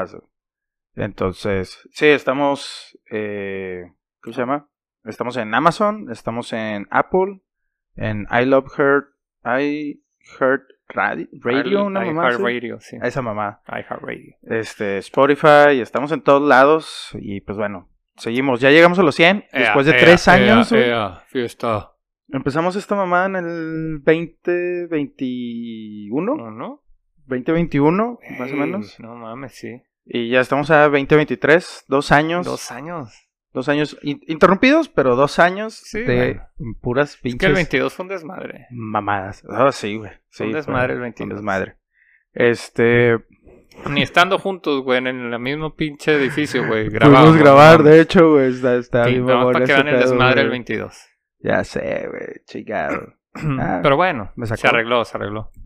casa. Entonces, sí, estamos, eh, ¿cómo se llama? Estamos en Amazon, estamos en Apple, en I Love Her, I Heard Radi- Radio, ¿eh? una I mamá Heart así. Radio, sí. Esa mamá. I Heart Radio. Este, Spotify, estamos en todos lados y pues bueno, seguimos. Ya llegamos a los 100, después de tres años. güey. fiesta. Empezamos esta mamada en el 2021, ¿No? ¿No? 2021 más o Ah. Ey, menos. No mames, sí. Y ya estamos a 2023, dos años. Dos años. Dos años in- interrumpidos, pero dos años Sí, de puras Es que el pinches 22 fue un desmadre. mamadas. Ah, sí, güey. Sí, Un fue desmadre el Un 22. desmadre. Este, Ni estando juntos, güey, en el mismo pinche edificio, güey. Grabamos. pudimos grabar, de hecho, güey, está, está Sí, bien nada más mamón para que ese vean el pedo, desmadre el güey. 22. Ya sé, güey, chingado. Ah, Pero bueno, me se sacó. arregló, se arregló.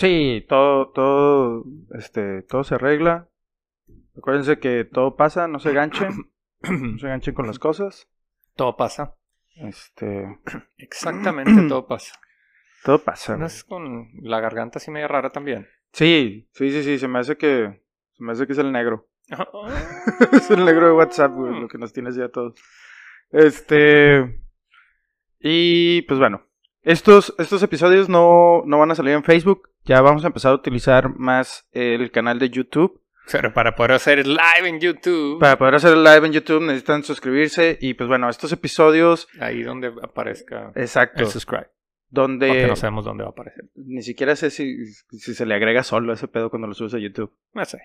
Sí, todo, todo, este, todo se arregla. Acuérdense que todo pasa, no se ganchen, no se ganchen con las cosas. Todo pasa. Este, Exactamente, todo pasa. todo pasa. güey. Andas con la garganta así media rara también. Sí, sí, sí, sí, se me hace que, se me hace que es el negro. es el negro de WhatsApp, Mm. güey, lo que nos tienes ya a todos. Este, y pues bueno, estos, estos episodios no, no van a salir en Facebook. Ya vamos a empezar a utilizar más el canal de YouTube. Pero para poder hacer live en YouTube, Para poder hacer el live en YouTube necesitan suscribirse y pues bueno, estos episodios, ahí donde aparezca exacto, el subscribe. Porque donde no sabemos dónde va a aparecer. ni siquiera sé si, si se le agrega solo ese pedo cuando lo subes a YouTube. No sé.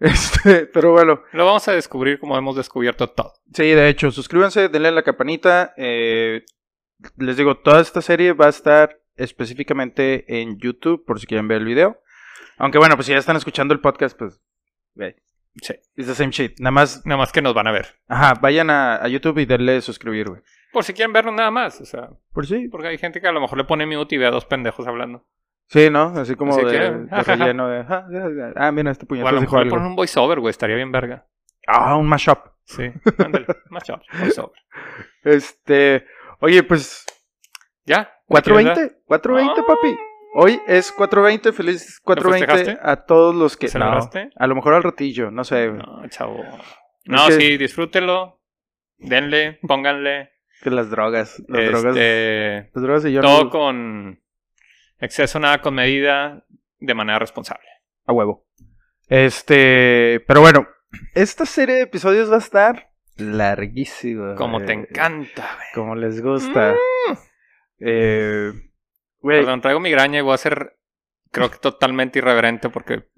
Este, pero bueno, Lo vamos a descubrir como hemos descubierto todo. sí, de hecho, suscríbanse, denle a la campanita. eh, les digo, toda esta serie va a estar específicamente en YouTube por si quieren ver el video. Aunque bueno, pues si ya están escuchando el podcast, pues... güey, Sí. It's the same shit. Nada más, Nada más que nos van a ver. ajá, vayan a, a YouTube y denle suscribir, güey. Por si quieren vernos nada más. O sea, Por sí. porque hay gente que a lo mejor le pone mute y ve a dos pendejos hablando. Sí, ¿no? Así como Así de, que, de ja, ja, ja. relleno de... "Ah, ya, ya". Ah, mira, este o a puñetazo lo dijo mejor le algo. ponen un voiceover, güey. Estaría bien verga. Ah, un mashup. Sí, ándale. más chavos, voiceover. Este... Oye, pues... ¿Ya? ¿Quieres 4.20. 4.20, Ah. papi. Hoy es 4.20. Feliz 4.20 festejaste? a todos los que... ¿Lo celebraste? a lo mejor al ratillo, no sé. ver? güey. No, chavo. No, que- sí, disfrútelo. Denle, pónganle. Que las drogas. Las drogas... Este, Las drogas y yo... todo no- con exceso, nada con medida, de manera responsable. A huevo. Este... Pero bueno. Esta serie de episodios va a estar... Larguísima. Como güey. te encanta, güey. Como les gusta. Eh... Güey, Perdón, traigo migraña y voy a ser, creo que totalmente irreverente porque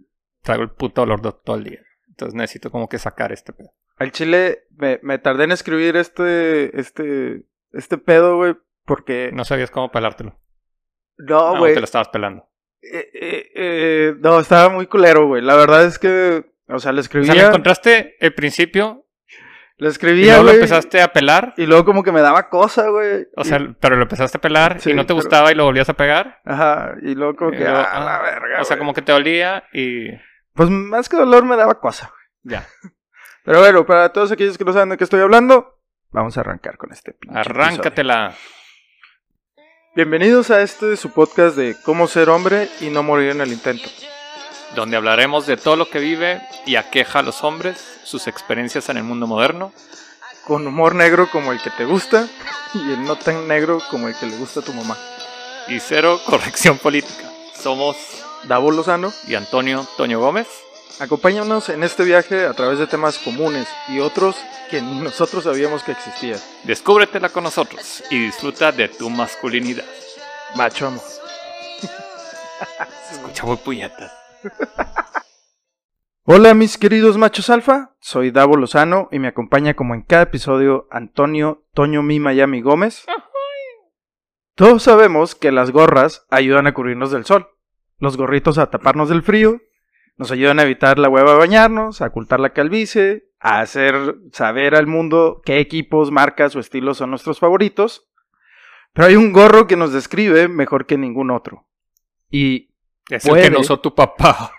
traigo el puto olor de todo el día. Entonces necesito como que sacar este pedo. Al chile me, me tardé en escribir este este este pedo, güey, porque No sabías cómo pelártelo. no, No, güey. te lo estabas pelando. Eh, eh, eh, no, estaba muy culero, güey. La verdad es que, o sea, le O escribía, sea, lo encontraste el principio le y escribía, luego lo güey, empezaste a pelar. y luego como que me daba cosa, güey. O y- sea, pero lo empezaste a pelar Sí, y no te pero- gustaba y lo volvías a pegar. ajá, y luego como Y que luego, ah, la ah, verga. O sea, güey. como que te olía y pues más que dolor me daba cosa. ya. Pero bueno, para todos aquellos que no saben de qué estoy hablando, vamos a arrancar con este pinche episodio. Arráncatela. Bienvenidos a este su podcast de cómo ser hombre y no morir en el intento. donde hablaremos de todo lo que vive y aqueja a los hombres, sus experiencias en el mundo moderno. con humor negro como el que te gusta y el no tan negro como el que le gusta a tu mamá. Y cero corrección política. Somos Davo Lozano, y Antonio Toño Gómez. acompáñanos en este viaje a través de temas comunes y otros que ni nosotros sabíamos que existían. Descúbretela con nosotros y disfruta de tu masculinidad. Macho amor. Escucha, voy puñetas. Hola mis queridos machos alfa, soy Davo Lozano y me acompaña como en cada episodio Antonio Toño Mi Miami Gómez. Todos sabemos que las gorras ayudan a cubrirnos del sol, los gorritos a taparnos del frío, nos ayudan a evitar la hueva de bañarnos, a ocultar la calvicie, a hacer saber al mundo qué equipos, marcas o estilos son nuestros favoritos. Pero hay un gorro que nos describe mejor que ningún otro. Y Es Puede. el que no usó tu papá.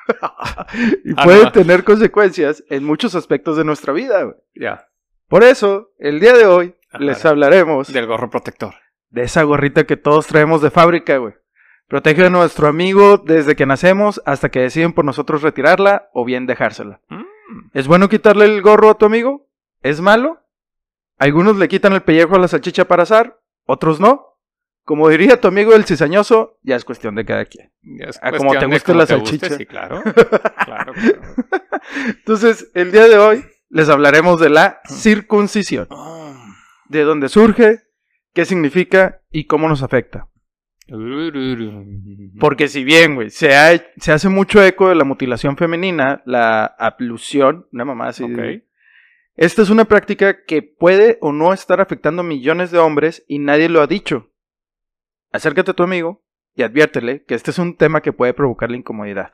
y Ah, puede no. tener consecuencias en muchos aspectos de nuestra vida. güey. Ya, Por eso, el día de hoy Ajá. les hablaremos de... del gorro protector. esa gorrita que todos traemos de fábrica, güey. Protege a nuestro amigo desde que nacemos hasta que deciden por nosotros retirarla o bien dejársela. Mm. ¿Es bueno quitarle el gorro a tu amigo? ¿Es malo? Algunos le quitan el pellejo a la salchicha para azar, otros no. Como diría tu amigo el cizañoso, ya es cuestión de cada quien. Ya es Ah, como cuestión te de gusta cómo la te guste, salchicha. sí, claro. claro, claro. Entonces, el día de hoy les hablaremos de Mm. la circuncisión, Ah. de dónde surge, qué significa y cómo nos afecta. Porque si bien, güey, se, ha- se hace mucho eco de la mutilación femenina, la ablución, una mamá así. Ok. Esta es una práctica que puede o no estar afectando a millones de hombres y nadie lo ha dicho. Acércate a tu amigo y adviértele que este es un tema que puede provocarle incomodidad.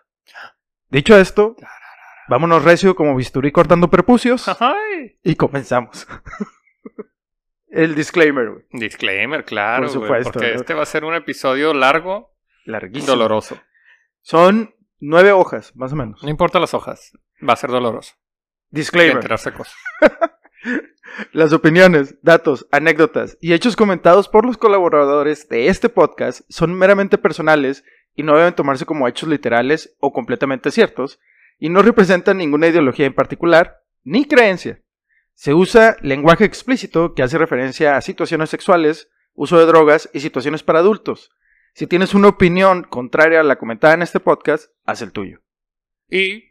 Dicho esto, vámonos recio como bisturí cortando prepucios Ay. y comenzamos. El disclaimer, güey. Disclaimer, claro. Por güey, supuesto, porque ¿no? este va a ser un episodio largo y Larguísimo. doloroso. Son nueve hojas, más o menos. No importa las hojas, va a ser doloroso. Hay que Disclaimer. enterarse de cosas. Las opiniones, datos, anécdotas y hechos comentados por los colaboradores de este podcast son meramente personales y no deben tomarse como hechos literales o completamente ciertos, y no representan ninguna ideología en particular ni creencia. Se usa lenguaje explícito que hace referencia a situaciones sexuales, uso de drogas y situaciones para adultos. Si tienes una opinión contraria a la comentada en este podcast, haz el tuyo. Y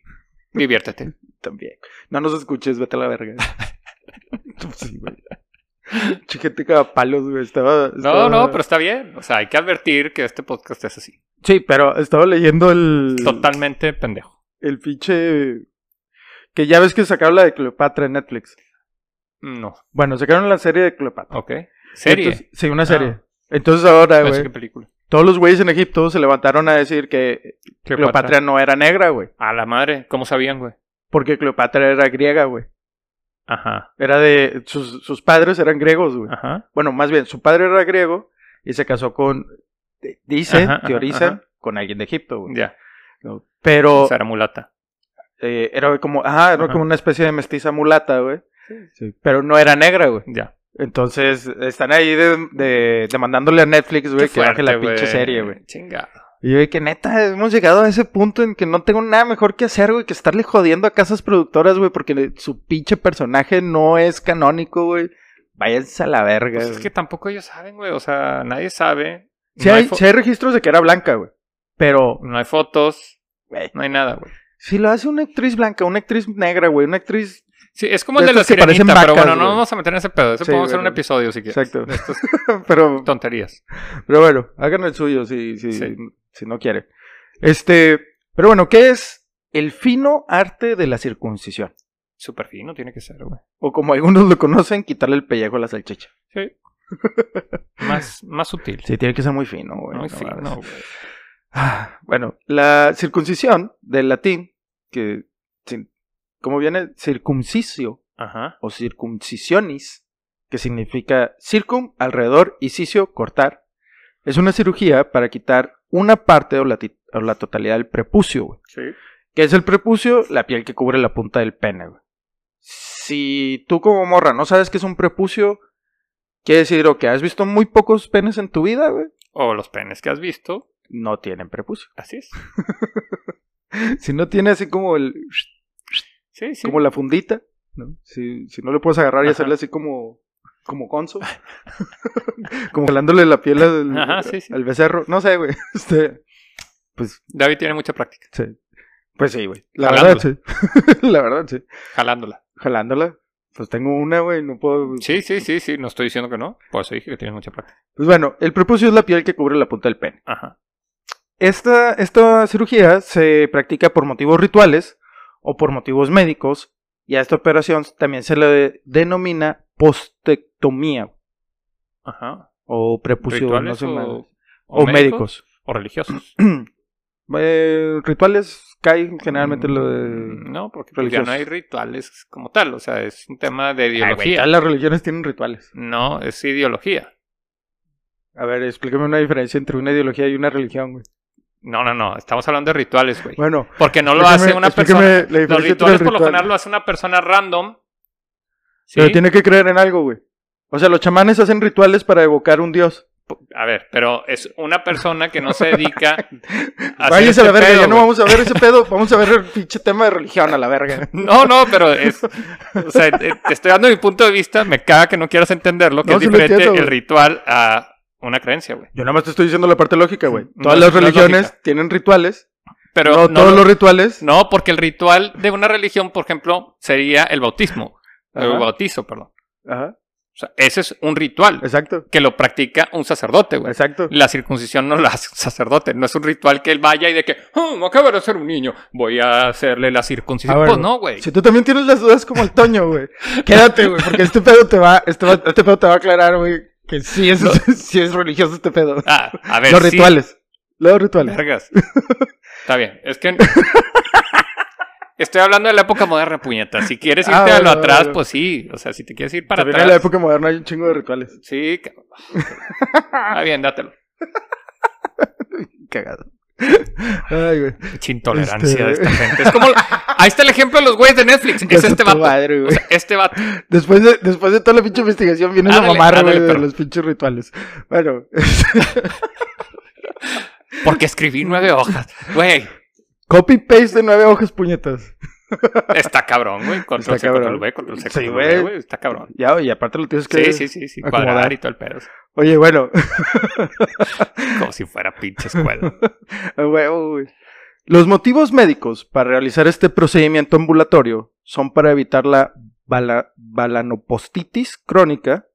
diviértete. También. No nos escuches, vete a la verga. sí, güey. Che, gente cada palos, güey. Estaba, No, estaba- no, pero está bien. O sea, hay que advertir que este podcast es así. Sí, pero estaba leyendo el... Totalmente pendejo. El pinche... Que ya ves que sacaron la de Cleopatra en Netflix. No. Bueno, sacaron la serie de Cleopatra. Ok. Serie. Entonces- sí, una serie. Entonces ahora, Pensé que güey, película. todos los güeyes en Egipto se levantaron a decir que Cleopatra no era negra, güey. A la madre. ¿Cómo sabían, güey? Porque Cleopatra era griega, güey. Ajá. Era de... Sus, sus padres eran griegos, güey. Ajá. Bueno, más bien, su padre era griego y se casó con, de- dicen, Ajá, ajá, teorizan, ajá. con alguien de Egipto, güey. Ya. ¿no? Pero O sea, era mulata. eh, era como, ajá, era Ajá. como una especie de mestiza mulata, güey. Sí. Pero no era negra, güey. Ya. Entonces, están ahí de- de- demandándole a Netflix, güey, Qué que baje la fuerte, pinche güey. serie, güey. Chingado. Y yo, de que neta, hemos llegado a ese punto en que no tengo nada mejor que hacer, güey, que estarle jodiendo a casas productoras, güey, porque su pinche personaje no es canónico, güey. Váyanse a la verga. Pues es güey. que tampoco ellos saben, güey. O sea, nadie sabe. Sí, no, hay, hay fo- sí hay registros de que era blanca, güey. Pero, no hay fotos. güey, No hay nada, güey. si lo hace una actriz blanca, una actriz negra, güey, una actriz. Sí, es como el De de la estos que parecen sirenita, pero vacas, bueno, no güey. vamos a meter en ese pedo. Eso Sí, podemos hacer un bueno. episodio si quieres. Exacto. De estas pero, tonterías. pero bueno, hagan el suyo si, si, Sí. si no quiere. Este, pero bueno, ¿qué es el fino arte de la circuncisión? Súper fino tiene que ser, güey. O como algunos lo conocen, quitarle el pellejo a la salchicha. Sí. más, más sutil. Sí, tiene que ser muy fino, güey. Muy no fino, mames. güey. Ah, Bueno, la circuncisión del latín, que, sin- ¿cómo viene? Circuncisio. Ajá. o circuncisionis, que significa circum, alrededor, y cisio, cortar, es una cirugía para quitar una parte o la, ti- o la totalidad del prepucio, güey. Sí. ¿Qué es el prepucio? La piel que cubre la punta del pene, güey. Si tú como morra no sabes qué es un prepucio, quiere decir o que has visto muy pocos penes en tu vida, güey. O los penes que has visto. No tienen prepucio. Así es. Si no tiene así como el, Sí, sí. como la fundita, ¿no? Si, si no le puedes agarrar y Ajá. hacerle así como, como conso, como jalándole la piel al, Ajá, sí, sí. al becerro, no sé, güey. Este, pues, David tiene mucha práctica. sí. Pues sí, güey. La Jalándola. verdad, sí. la verdad, sí. Jalándola. Jalándola. Pues tengo una, güey, no puedo. Sí, sí, sí, sí. No estoy diciendo que no. Por eso dije que tienes mucha práctica. Pues bueno, el prepucio es la piel que cubre la punta del pene. Ajá. Esta, esta cirugía se practica por motivos rituales o por motivos médicos y a esta operación también se le denomina postectomía Ajá. o prepucio, no ¿Rituales sé, o, madre. o o, médicos. O religiosos. Eh, rituales cae generalmente lo de... Mm, No, porque pues, ya religiosos. no hay rituales como tal. O sea, es un tema de Ay, güey, ideología. todas las religiones tienen rituales. no, es ideología. A ver, explícame una diferencia entre una ideología y una religión, güey. No, no, no. Estamos hablando de rituales, güey. Bueno, Porque no lo explícame- hace una explícame persona. la Los diferencia entre rituales por lo ritual. general lo hace una persona random. ¿sí? Pero tiene que creer en algo, güey. O sea, los chamanes hacen rituales para evocar un dios. A ver, pero es una persona que no se dedica a hacer Váyase a la este verga, pedo, ya no güey. vamos a ver ese pedo, vamos a ver el pinche tema de religión a la verga. No, no, pero es. O sea, eh, te estoy dando mi punto de vista. Me caga que no quieras entenderlo, que No, es sí lo diferente entiendo, el güey. ritual a una creencia, güey. Yo nada más te estoy diciendo la parte lógica, güey. No, Todas no las es lógica. religiones tienen rituales. no, Pero todos los rituales. No, porque el ritual de una religión, por ejemplo, sería el bautismo. Ajá. El bautizo, perdón. Ajá, O sea, ese es un ritual exacto, que lo practica un sacerdote, güey. exacto. La circuncisión no la hace un sacerdote, no es un ritual que él vaya y de que, oh, me acaba de ser un niño, voy a hacerle la circuncisión. A ver, pues no, güey. Si tú también tienes las dudas como el Toño, güey, quédate, güey, porque este pedo te va, este, va- este pedo te va a aclarar, güey, que sí es, sí es religioso este pedo. Ah, a ver, Los sí, rituales, los rituales. vergas. Está bien, es que. Estoy hablando de la época moderna, puñeta. Si quieres irte Ah, a lo bueno, atrás, bueno. pues sí. O sea, si te quieres ir para También atrás. en la época moderna hay un chingo de rituales. Sí, ca- Está bien, dátelo. Cagado. Ay, güey. Pinche intolerancia Este- de esta gente. Es como. Ahí está el ejemplo de los güeyes de Netflix. Es Chingas a este tu vato. madre, O güey. sea, este vato. Después de, después de toda la pinche investigación vienes Ándale, a mamar, ándale, güey, de perro. los pinches rituales. Bueno, Porque escribí nueve hojas. Güey, copy paste de nueve hojas puñetas. está cabrón, güey. Control Está C, cabrón. control V, control C, Sí, control güey. V, güey. Está cabrón. Ya, y aparte lo tienes que. Sí, sí, sí, sí. acomodar. Cuadrar y todo el pedo. Oye, bueno, Como si fuera pinche escuela. a huevo, güey. Los motivos médicos para realizar este procedimiento ambulatorio son para evitar la bala- balanopostitis crónica,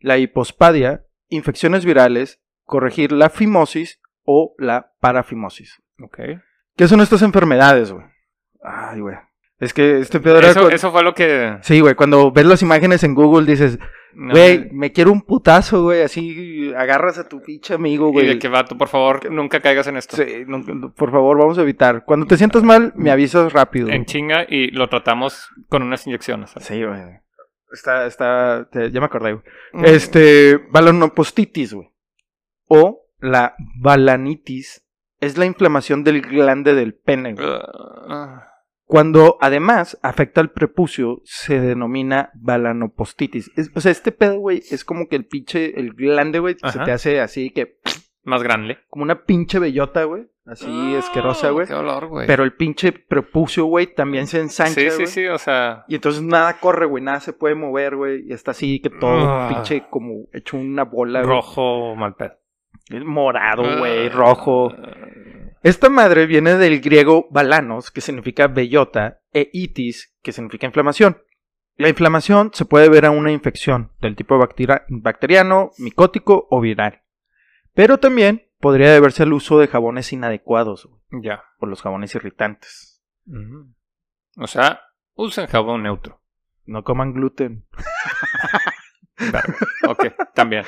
la hipospadia, infecciones virales, corregir la fimosis o la parafimosis. Ok. ¿Qué son estas enfermedades, güey? Ay, güey. Es que este pedo era Eso, con- eso fue lo que. Sí, güey, cuando ves las imágenes en Google dices, no- güey, me quiero un putazo, güey, así agarras a tu pinche amigo, Y de güey. que vato, por favor, nunca caigas en esto. Sí, no, no, por favor, vamos a evitar. Cuando te sientas mal, me avisas rápido. En chinga y lo tratamos con unas inyecciones. Sí, güey. Está, está, te- ya me acordé, güey. Mm. Este, balanopostitis, güey. O la balanitis es la inflamación del glande del pene, güey. Ah, Cuando además afecta al prepucio, se denomina balanopostitis. Es- o sea, este pedo, güey, es como que el pinche, el glande, güey, se Ajá. te hace así que, Más grande. como una pinche bellota, güey, así asquerosa, Ah, güey. Qué dolor, güey. Pero el pinche prepucio, güey, también se ensancha, Sí, güey. sí, sí, o sea. Y entonces nada corre, güey, nada se puede mover, güey, y está así que todo Ah. pinche como hecho una bola, güey. Rojo, mal pedo. Morado, güey, Ah, mm, rojo. Esta madre viene del griego balanos, que significa bellota, e itis, que significa inflamación. La inflamación se puede ver a una infección del tipo bacteri- bacteriano, micótico o viral. Pero también podría deberse al uso de jabones inadecuados güey, Ya. o los jabones irritantes. Ujú. O sea, usen jabón neutro. No coman gluten. Verga. ok, también.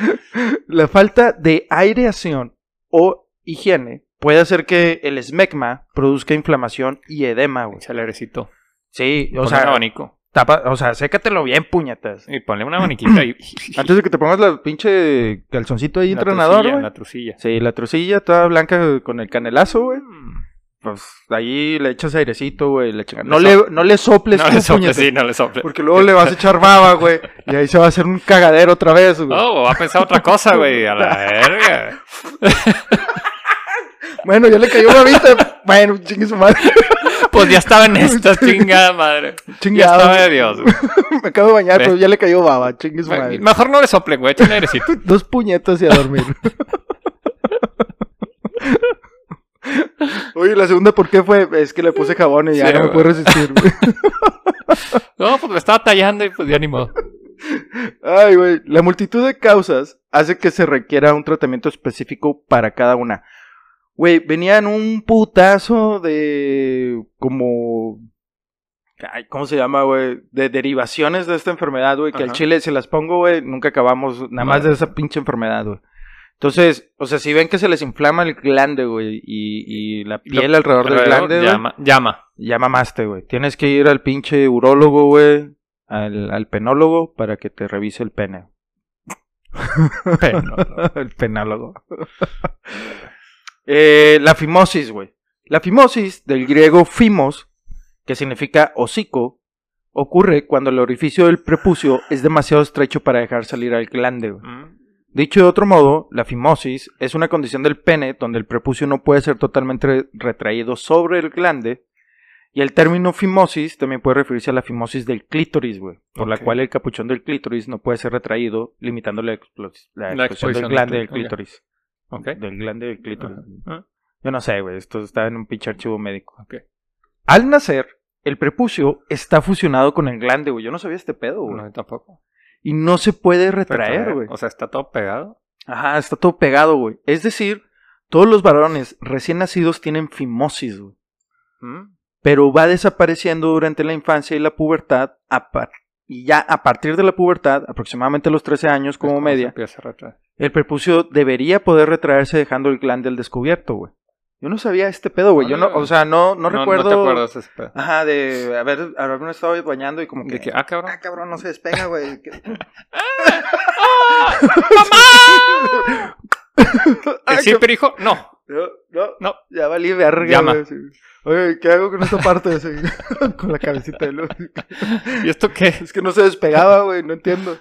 La falta de aireación o higiene puede hacer que el esmegma produzca inflamación y edema. güey. Échale airecito. Sí, o Ponle un sea, abanico. tapa, o sea, sécatelo bien, puñetas. Y ponle una abaniquita ahí. Antes de que te pongas la pinche calzoncito ahí La entrenador, trucilla, güey. La trucilla. Sí, la trucilla toda blanca con el canelazo, güey. Mm. Pues ahí le echas airecito, güey. le echas- Le No, le, no le soples, No tú, le sople, puñetas, sí, no le sople. Porque luego le vas a echar baba, güey. Y ahí se va a hacer un cagadero otra vez, güey. Oh, va a pensar otra cosa, güey. A la verga. Bueno, ya le cayó una vista. bueno, chingue su madre. Pues ya estaba en esta chingada madre. Ya Chingado. estaba de Dios. güey. Me acabo de bañar, Ve. pero ya le cayó baba. Chingue su madre. Mejor no le sople, güey. Échale airecito. Dos puñetas y a dormir. Oye, la segunda, ¿por qué fue? Es que le puse jabón y ya Sí, no me güey. puedo resistir, güey. No, pues me estaba tallando y pues ya ni modo. Ay, güey. La multitud de causas hace que se requiera un tratamiento específico para cada una. Güey, venían un putazo de. como. Ay, ¿cómo se llama, güey? De derivaciones de esta enfermedad, güey. Que al Ajá. chile, si las pongo, güey, nunca acabamos nada más Madre. de esa pinche enfermedad, güey. Entonces, o sea, si ven que se les inflama el glande, güey, y, y la Y lo- piel alrededor del Alrededor, glande, güey, llama, llama. ya mamaste, güey. Tienes que ir al pinche urólogo, güey. Al, al penólogo para que te revise el pene. Pero- el penólogo. Eh, la fimosis, güey. La fimosis, del griego fimos, que significa hocico, ocurre cuando el orificio del prepucio es demasiado estrecho para dejar salir al glande, güey. Mm. Dicho de otro modo, la fimosis es una condición del pene donde el prepucio no puede ser totalmente retraído sobre el glande. Y el término fimosis también puede referirse a la fimosis del clítoris, güey. Por la Ok. cual el capuchón del clítoris no puede ser retraído, limitando la, explo- la La explosión del exposición glande del del clí- ok. clítoris. Ok. Del glande del clítoris. Ajá. Yo no sé, güey. Esto está en un pinche archivo médico. Ok. Al nacer, el prepucio está fusionado con el glande, güey. Yo no sabía este pedo, güey. No, yo tampoco. Y no se puede retraer, güey. O sea, está todo pegado. Ajá, está todo pegado, güey. Es decir, todos los varones recién nacidos tienen fimosis, güey. ¿Mm? Pero va desapareciendo durante la infancia y la pubertad. a par- y ya a partir de la pubertad, aproximadamente a los 13 años Es como se media, Empieza a retraer. el prepucio debería poder retraerse dejando el glande al descubierto, güey. Yo no sabía este pedo, güey. Yo no, Órale, güey. o sea, no, no, recuerdo. No te acuerdas ese pedo. Ajá, de haber, haberme estado bañando y como que. De que, ah, cabrón. Ah, cabrón, no se despega, güey. Que- ¿Que Ay, sí, qué- pero hijo, no. No, no, No. Ya valí verga, Llama. güey, sí. Oye, ¿qué hago con esta parte? Sí, con la cabecita de luz. ¿Y esto qué? Es que no se despegaba, güey, no entiendo.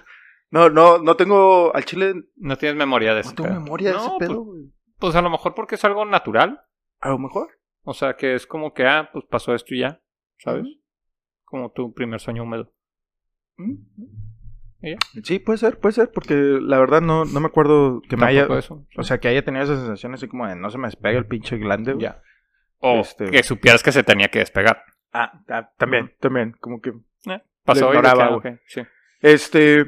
No, no, no tengo. Al chile No tienes memoria de eso. no tengo memoria de ese pues, pedo, güey. pues a lo mejor porque es algo natural. A lo mejor. O sea, que es como que, ah, pues pasó esto y ya. ¿Sabes? Como tu primer sueño húmedo. ¿Mm? ¿Y ya? Sí, puede ser, puede ser, porque la verdad no, no me acuerdo que me haya. Tampoco eso. O sea, que haya tenido esa sensación así como de no se me despega el pinche glande, güey. ya. O Este- que supieras que se tenía que despegar. Ah, ah, también, también, como que Eh, Lo pasó y de ignoraba, que, ah, güey. ok, sí. Este,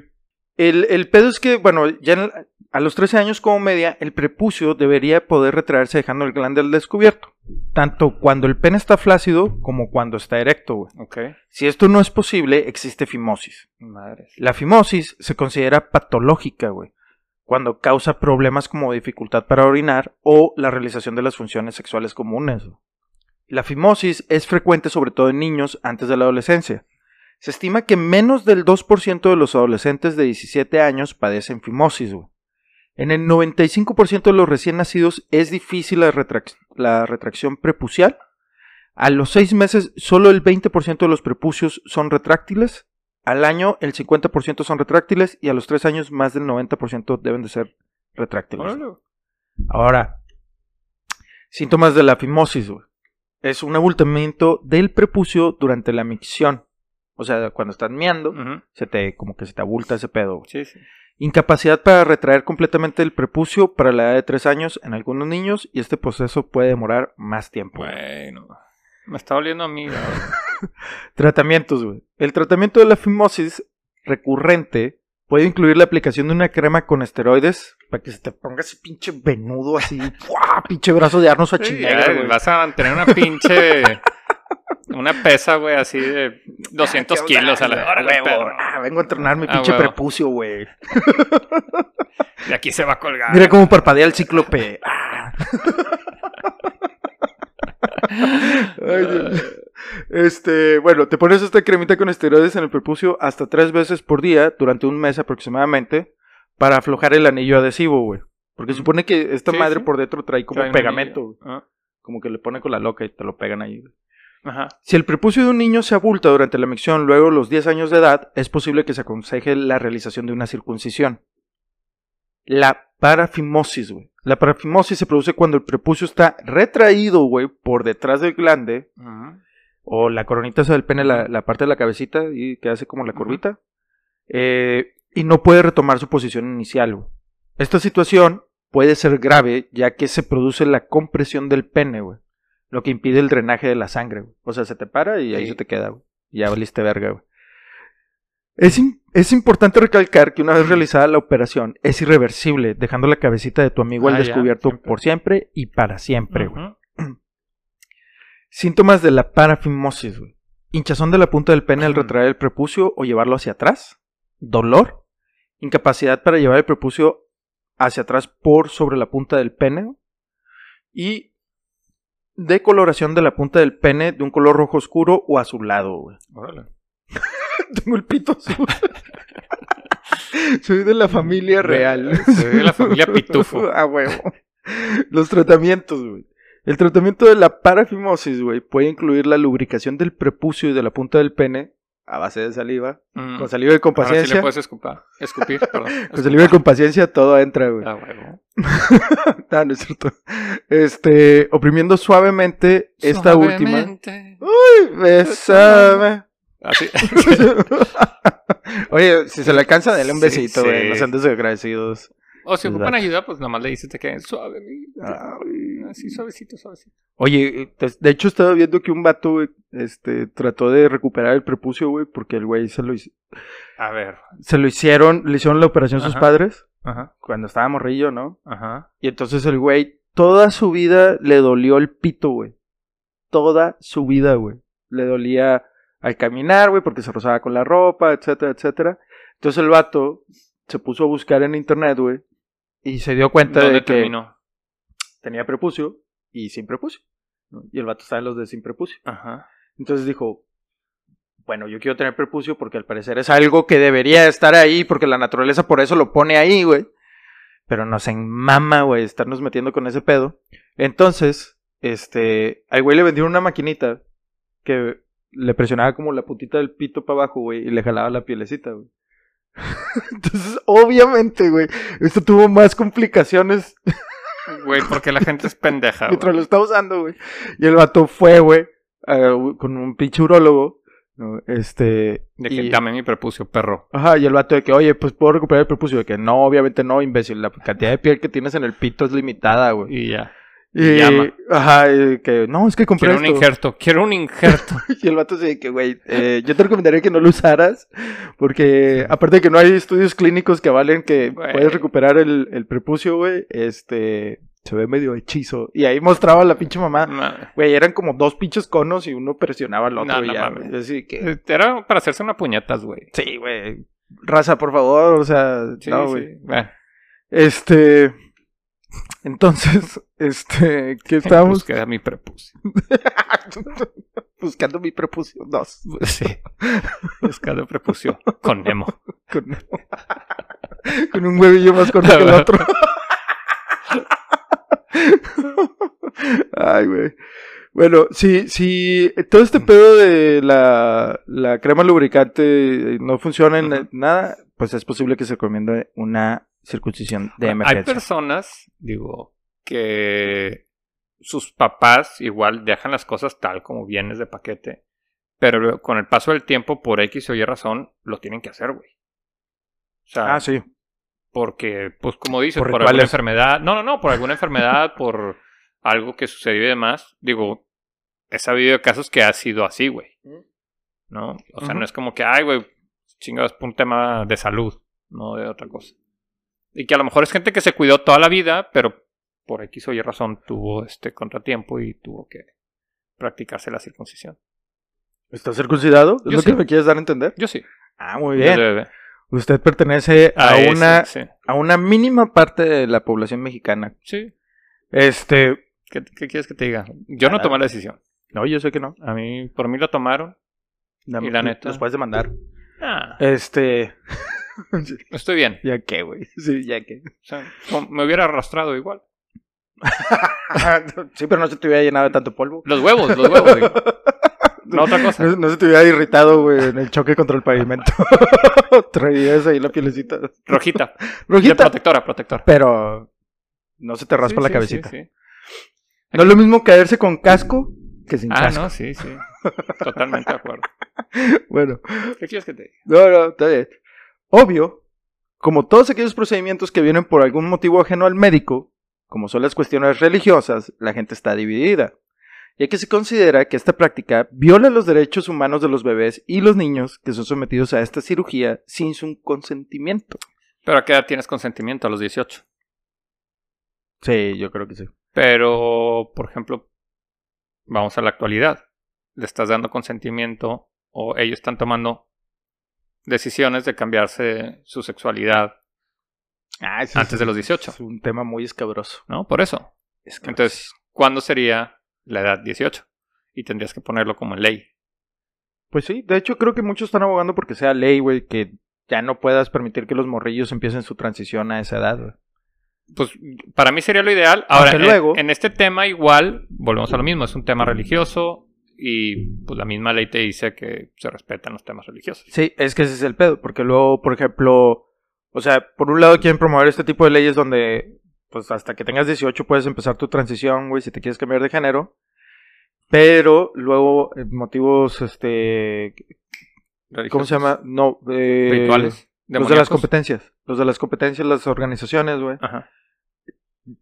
el, el pedo es que, bueno, ya en el- a los 13 años como media, el prepucio debería poder retraerse dejando el glande al descubierto, tanto cuando el pene está flácido como cuando está erecto, güey. Ok. Si esto no es posible, existe fimosis. Madres. La fimosis se considera patológica, güey, cuando causa problemas como dificultad para orinar o la realización de las funciones sexuales comunes. güey. La fimosis es frecuente sobre todo en niños antes de la adolescencia. Se estima que menos del 2% de los adolescentes de 17 años padecen fimosis, güey. En el 95% de los recién nacidos es difícil la, retrac- la retracción prepucial. A los 6 meses, solo el 20% de los prepucios son retráctiles al año el 50% son retráctiles y a los 3 años más del 90% deben de ser retráctiles. Órale, güey. Ahora, síntomas de la fimosis, güey. Es un abultamiento del prepucio durante la micción. O sea, cuando estás miando, Ujú. se te, como que se te abulta ese pedo. güey. Sí, sí. Incapacidad para retraer completamente el prepucio para la edad de 3 años en algunos niños y este proceso puede demorar más tiempo. Bueno. Me está oliendo a mí. güey. Tratamientos, güey. El tratamiento de la fimosis recurrente puede incluir la aplicación de una crema con esteroides para que se te ponga ese pinche venudo así, ¡buah! pinche brazo de Arnold Sí, Schwarzenegger, ya, güey. vas a mantener una pinche. una pesa, güey, así de 200 Ah, qué kilos a onda, la hora, güey, güey, güey. Ah, vengo a entrenar mi Ah, pinche huevo. prepucio, güey. De aquí se va a colgar. Mira cómo parpadea el cíclope. Ah. Ay, Dios. Este, bueno, te pones esta cremita con esteroides en el prepucio hasta tres veces por día durante un mes aproximadamente para aflojar el anillo adhesivo, güey. Porque supone que esta Sí, madre sí. por dentro trae como Trae un pegamento, anillo. güey. Ah, como que le pone con la loca y te lo pegan ahí. güey. Ajá. Si el prepucio de un niño se abulta durante la micción luego de los 10 años de edad, es posible que se aconseje la realización de una circuncisión. La parafimosis, güey. La parafimosis se produce cuando el prepucio está retraído, güey, por detrás del glande Ujú. o la coronita esa del pene, la, la parte de la cabecita y que hace como la Ujú. curvita. Eh, y no puede retomar su posición inicial. güey. Esta situación puede ser grave ya que se produce la compresión del pene, güey. Lo que impide el drenaje de la sangre, güey. O sea, se te para y ahí Sí. se te queda, güey. Y Ya valiste verga, güey. Es, im- es importante recalcar que una vez realizada la operación es irreversible, dejando la cabecita de tu amigo al Ah, ya, descubierto siempre. por siempre y para siempre, güey. Ujú. Síntomas de la parafimosis, güey. Hinchazón de la punta del pene al retraer el prepucio o llevarlo hacia atrás. Dolor. Incapacidad para llevar el prepucio hacia atrás por sobre la punta del pene. Y decoloración de la punta del pene de un color rojo oscuro o azulado, güey. Órale. Tengo el pito azul. Soy de la familia real. Soy de la familia Pitufo. A huevo. Los tratamientos, güey. El tratamiento de la parafimosis, güey, puede incluir la lubricación del prepucio y de la punta del pene a base de saliva. Mm. Con saliva y con Ahora sí le paciencia. puedes escupir, escupir perdón. con saliva y con paciencia todo entra, güey. Ah, Ah, huevo. No, no es cierto. Este, oprimiendo suavemente esta última. Suavemente. Uy, Bésame. Así. Oye, si se le alcanza, dale un Sí, besito, güey. sí. No sean desagradecidos. O si ocupan Exacto. ayuda, pues nada más le dices te queden suave, mi- Ah. Ay. así suavecito, suavecito. Oye, te- de hecho estaba viendo que un vato, güey, este, trató de recuperar el prepucio, güey, porque el güey se lo, hic- A ver. se lo hicieron, le hicieron la operación sus Ajá. padres, Ajá, cuando estaba morrillo, ¿no? ajá. Y entonces el güey, toda su vida le dolió el pito, güey. Toda su vida, güey. Le dolía al caminar, güey, porque se rozaba con la ropa, etcétera, etcétera. Entonces el vato se puso a buscar en internet, güey, y se dio cuenta ¿Dónde de que terminó? tenía prepucio y sin prepucio. ¿no? Y el vato está en los de sin prepucio. Ajá. Entonces dijo, bueno, yo quiero tener prepucio porque al parecer es algo que debería estar ahí, porque la naturaleza por eso lo pone ahí, güey. Pero nos enmama, güey, estarnos metiendo con ese pedo. Entonces, este, al güey le vendieron una maquinita que le presionaba como la puntita del pito para abajo, güey, y le jalaba la pielecita, güey. Entonces, obviamente, güey, esto tuvo más complicaciones Güey, porque la gente es pendeja. Ah, güey. mientras lo está usando, güey. Y el vato fue, güey, a- con un pinche urólogo, ¿no? Este. De que y- dame mi prepucio, perro. Ajá, y el vato de que, oye, pues puedo recuperar el prepucio. De que no, obviamente no, imbécil. La cantidad de piel que tienes en el pito es limitada, güey. Y ya. Y, llama. ajá, y que no, es que compré Quiero un esto. injerto, quiero un injerto. Y el vato se de que, güey, eh, yo te recomendaría que no lo usaras. Porque, aparte de que no hay estudios clínicos que avalen que Güey. puedes recuperar el, el prepucio, güey, este. Se ve medio hechizo. Y ahí mostraba la pinche mamá. Ma- Güey, eran como dos pinches conos y uno presionaba al otro No, y no ya, mames. güey. Así que. Era para hacerse una puñetas, güey. Sí, güey. Raza, por favor, o sea, Sí, no, sí. güey. Bueno, Este. Entonces, este, ¿qué estábamos? busqué a mi prepucio. Buscando mi prepucio 2. Sí. Buscando prepucio con Nemo. Con, con un huevillo más corto que el otro. Ay, güey. Bueno, si, si todo este pedo de la, la crema lubricante no funciona en Ujú. nada, pues es posible que se recomiende una circuncisión de Ahora, Hay emergencia. personas, digo, que sus papás igual dejan las cosas tal como vienes de paquete, pero con el paso del tiempo, por X o Y razón, lo tienen que hacer, güey. O sea, ah, sí. porque, pues como dices, Por por, alguna rituales. enfermedad, no, no, no, por alguna enfermedad, por algo que sucedió y demás, digo, he sabido de casos que ha sido así, güey. ¿No? O sea, Ujú. no es como que, ay, güey, chingados, por un tema de salud, no de otra cosa. Y que a lo mejor es gente que se cuidó toda la vida, pero por X o Y razón tuvo este contratiempo y tuvo que practicarse la circuncisión. ¿Está circuncidado? ¿Es Yo lo sí. que me quieres dar a entender? Yo sí. Ah, muy yo bien. de bebé. Usted pertenece a, Ah, ese, una, Sí. a una mínima parte de la población mexicana. sí. Este. ¿Qué, qué quieres que te diga? Yo no Nada. tomé la decisión. No, yo sé que no. A mí, por mí lo tomaron. Y la neta. Nos puedes demandar. Ah, Este. estoy bien. Ya qué, güey. Sí, ya qué. O sea, como me hubiera arrastrado igual. sí, pero no se te hubiera llenado de tanto polvo. Los huevos, los huevos. digo. No otra cosa. No, no se te hubiera irritado, güey, en el choque contra el pavimento. Traías ahí la pielecita. Rojita. De Rojita. protectora, protectora. Pero no se te raspa Sí, la sí, cabecita. sí, sí. No es lo mismo caerse con casco que sin Ah, casco. no, sí, sí. Totalmente de acuerdo. Bueno, ¿Qué quieres que te diga? no, no, está bien. Obvio, como todos aquellos procedimientos que vienen por algún motivo ajeno al médico, como son las cuestiones religiosas, la gente está dividida, ya que se considera que esta práctica viola los derechos humanos de los bebés y los niños que son sometidos a esta cirugía sin su consentimiento. Pero a qué edad tienes consentimiento? A los 18. Sí, yo creo que sí. Pero, por ejemplo, vamos a la actualidad. Le estás dando consentimiento o ellos están tomando decisiones de cambiarse su sexualidad antes de los 18, Ah, Es un tema muy escabroso. ¿no? Por eso. Escabroso. Entonces, ¿cuándo sería la edad 18? Y tendrías que ponerlo como ley. Pues sí, de hecho creo que muchos están abogando porque sea ley, güey, que ya no puedas permitir que los morrillos empiecen su transición a esa edad, güey. Pues para mí sería lo ideal. Ahora, Aunque en- luego- en, este tema igual, volvemos a lo mismo, es un tema religioso Y pues la misma ley te dice que se respetan los temas religiosos. Sí, es que ese es el pedo, porque luego, por ejemplo, o sea, por un lado quieren promover este tipo de leyes donde, pues hasta que tengas 18 puedes empezar tu transición, güey, si te quieres cambiar de género, pero luego eh, motivos, este, ¿cómo se Religiosos. llama? No, eh, Rituales. Los de las demoníacos. competencias, los de las competencias, las organizaciones, güey. Ajá.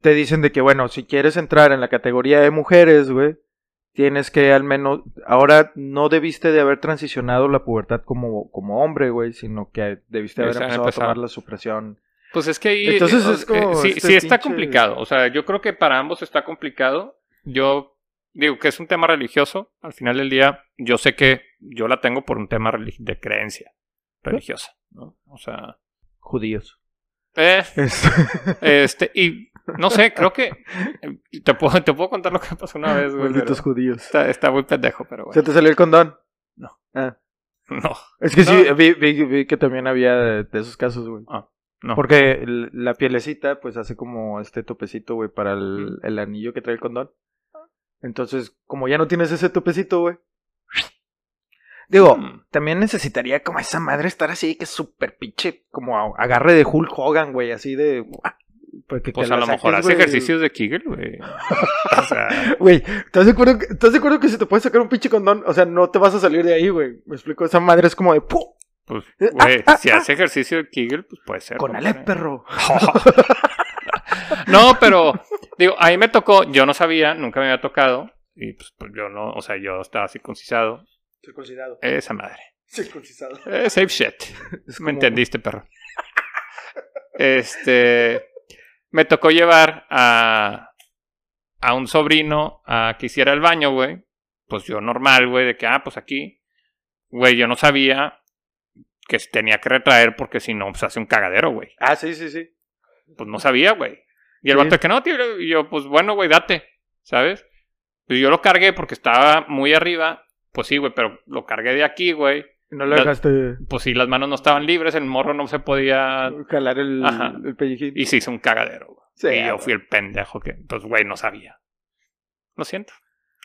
te dicen de que, bueno, si quieres entrar en la categoría de mujeres, güey, tienes que al menos, ahora no debiste de haber transicionado la pubertad como, como hombre, güey, sino que debiste haber Debes haber empezado a tomar empezado. la supresión. Pues es que ahí. Entonces eh, es como eh, sí, este sí está pinche- complicado. O sea, yo creo que para ambos está complicado. Yo digo que es un tema religioso. Al final del día, yo sé que yo la tengo por un tema relig- de creencia religiosa. ¿no? O sea. Judíos. eh, Es- este, y no sé, creo que. eh, Te puedo, te puedo contar lo que pasó una vez, güey. Malditos pero judíos. Está, está muy pendejo, pero bueno. ¿Se te salió el condón? No. Ah. No, Es que No. Ah, sí, vi, vi- vi que también había de, de esos casos, güey. no. Porque el- la pielecita, pues hace como este topecito, güey, para el, el anillo que trae el condón. Entonces, como ya no tienes ese topecito, güey. Digo, Mm. también necesitaría como esa madre estar así, que es súper pinche, como a- agarre de Hulk Hogan, güey, así de. ¡guau! Porque te Pues la a lo saques, mejor hace güey. ejercicios de Kegel, güey. O sea, Güey, ¿estás de, acuerdo que, ¿estás de acuerdo que si te puedes sacar un pinche condón? O sea, no te vas a salir de ahí, güey. Me explico, esa madre es como de. ¡pum! pues, güey, si hace ejercicio de Kegel, pues puede ser. Con ale, compadre. perro. No, pero digo, ahí me tocó, yo no sabía, nunca me había tocado. Y pues, pues, yo no, o sea, yo estaba circuncisado. Circuncidado. Esa madre. Circuncidado. Eh, safe shit. Es como- Me entendiste, perro. Este. Me tocó llevar a. A un sobrino a que hiciera el baño, güey. Pues yo normal, güey, de que, ah, pues aquí. Güey, yo no sabía que tenía que retraer porque si no, pues hace un cagadero, güey. Ah, sí, sí, sí. pues no sabía, güey. Y el Sí. vato de que no, tío. Y yo, pues bueno, güey, date, ¿sabes? Pues yo lo cargué porque estaba muy arriba. Pues sí, güey, pero lo cargué de aquí, güey. No lo La- dejaste Pues sí, las manos no estaban libres, el morro no se podía. calar Ah. el, Ajá. el pellejín. Y se hizo un cagadero, güey. Sí, y yo güey. fui el pendejo que, pues, güey, no sabía. Lo siento.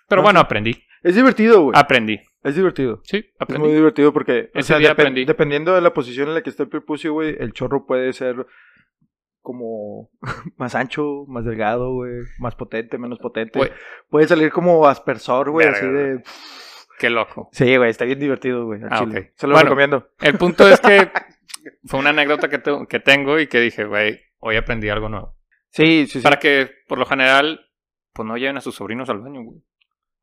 Pero No, bueno, sí. aprendí. Es divertido, güey. Aprendí. Es divertido. Sí, Es muy Ah. aprendí. divertido porque o Ese sea, día depen- aprendí. dependiendo de la posición en la que esté el prepucio, güey, el chorro puede ser como más ancho, más delgado, güey, más potente, menos potente. Güey. Puede salir como aspersor, güey, así Verga, de... Qué loco. Sí, güey, está bien divertido, güey. al Ah, chile. ok. Se lo Bueno. recomiendo. El punto es que fue una anécdota que, tu- que tengo y que dije, güey, hoy aprendí algo nuevo. Sí, sí, sí. Para que, por lo general, pues no lleven a sus sobrinos al baño, güey.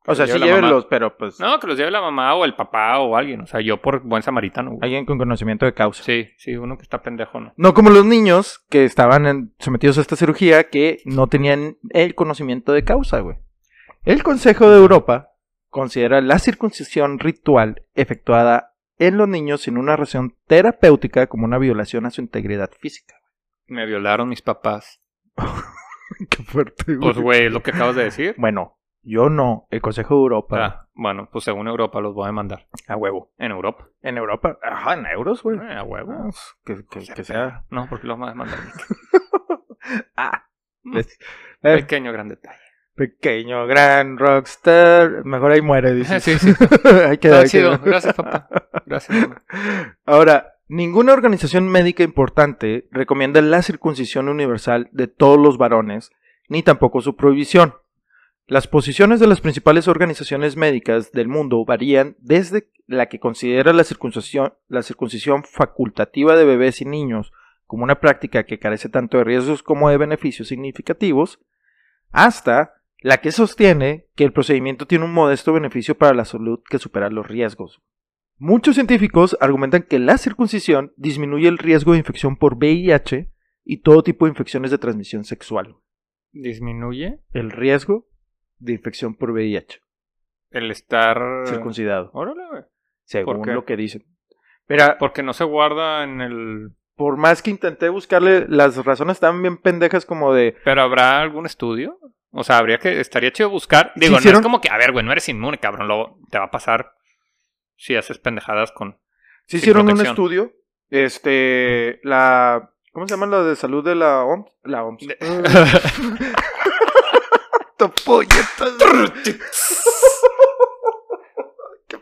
o sea, que sí lleve la mamá. llévenlos, pero pues No, que los lleve la mamá o el papá o alguien. O sea, yo por buen samaritano, güey. alguien con conocimiento de causa. Sí, sí, uno que está pendejo, ¿no? No como los niños que estaban en- sometidos a esta cirugía que no tenían el conocimiento de causa, güey. El Consejo de Europa considera la circuncisión ritual efectuada en los niños sin una razón terapéutica como una violación a su integridad física. Me violaron mis papás. Qué fuerte, Pues, güey, es lo que acabas de decir. Bueno, yo no. El Consejo de Europa. Ah, bueno, pues según Europa los voy a demandar. A huevo. En Europa. En Europa. Ajá, en euros, güey. Eh, a huevo. Ah, Que, que- que sea. No, porque los voy a demandar. Ah. Mm. es- eh, Pequeño, gran detalle. pequeño, gran rockstar. Mejor ahí muere, dice. Sí, sí. Hay que Está hay que- chido. Gracias, papá. Gracias. mamá. Ahora, ninguna organización médica importante recomienda la circuncisión universal de todos los varones, ni tampoco su prohibición. Las posiciones de las principales organizaciones médicas del mundo varían desde la que considera la circuncisión, la circuncisión facultativa de bebés y niños como una práctica que carece tanto de riesgos como de beneficios significativos, hasta la que sostiene que el procedimiento tiene un modesto beneficio para la salud que supera los riesgos. Muchos científicos argumentan que la circuncisión disminuye el riesgo de infección por VIH y todo tipo de infecciones de transmisión sexual. Disminuye El riesgo de infección por VIH el estar. circuncidado, Órale, güey. según Ah. qué? lo que dicen. Mira, Porque no se guarda en el por más que intenté buscarle, las razones estaban bien pendejas como de... ¿Pero habrá algún estudio? O sea, habría que, estaría chido buscar. Digo, no hicieron- es como que, a ver, güey, no eres inmune, cabrón, luego te va a pasar si haces pendejadas con... Sí Sin hicieron un protección. estudio, este, la... ¿Cómo se llama la de salud de la OMS? La OMS. De- Mm. Topoyetas.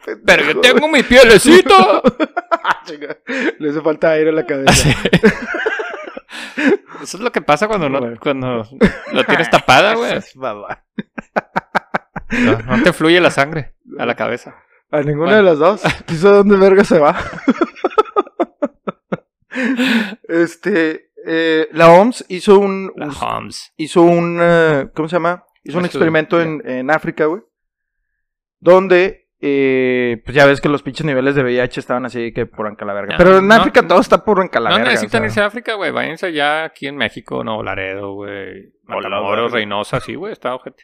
pendejo. Pero yo tengo mi pielecito. Ah, Chinga, Le hace falta aire a la Ah, cabeza. Eso es lo que pasa cuando, no, Bueno. cuando lo tienes tapada, Ah, güey. Esas babas. No, no te fluye la sangre a la cabeza. A ninguna Bueno. de las dos. Quiso dónde verga se va. este, eh, la OMS hizo un, La Homs. hizo un, eh, ¿cómo se llama? Hizo Un un estudio, experimento en, en África, güey. Donde, eh, pues ya ves que los pinches niveles de VIH estaban así que por Ancalaverga. Ah, Pero en no, África todo está por No Ancalaverga. necesitan o irse sea. a África, güey. Váyanse allá aquí en México, Nuevo Laredo, güey. Hola, Matamoros, verga. Reynosa, sí, güey. Está ojete.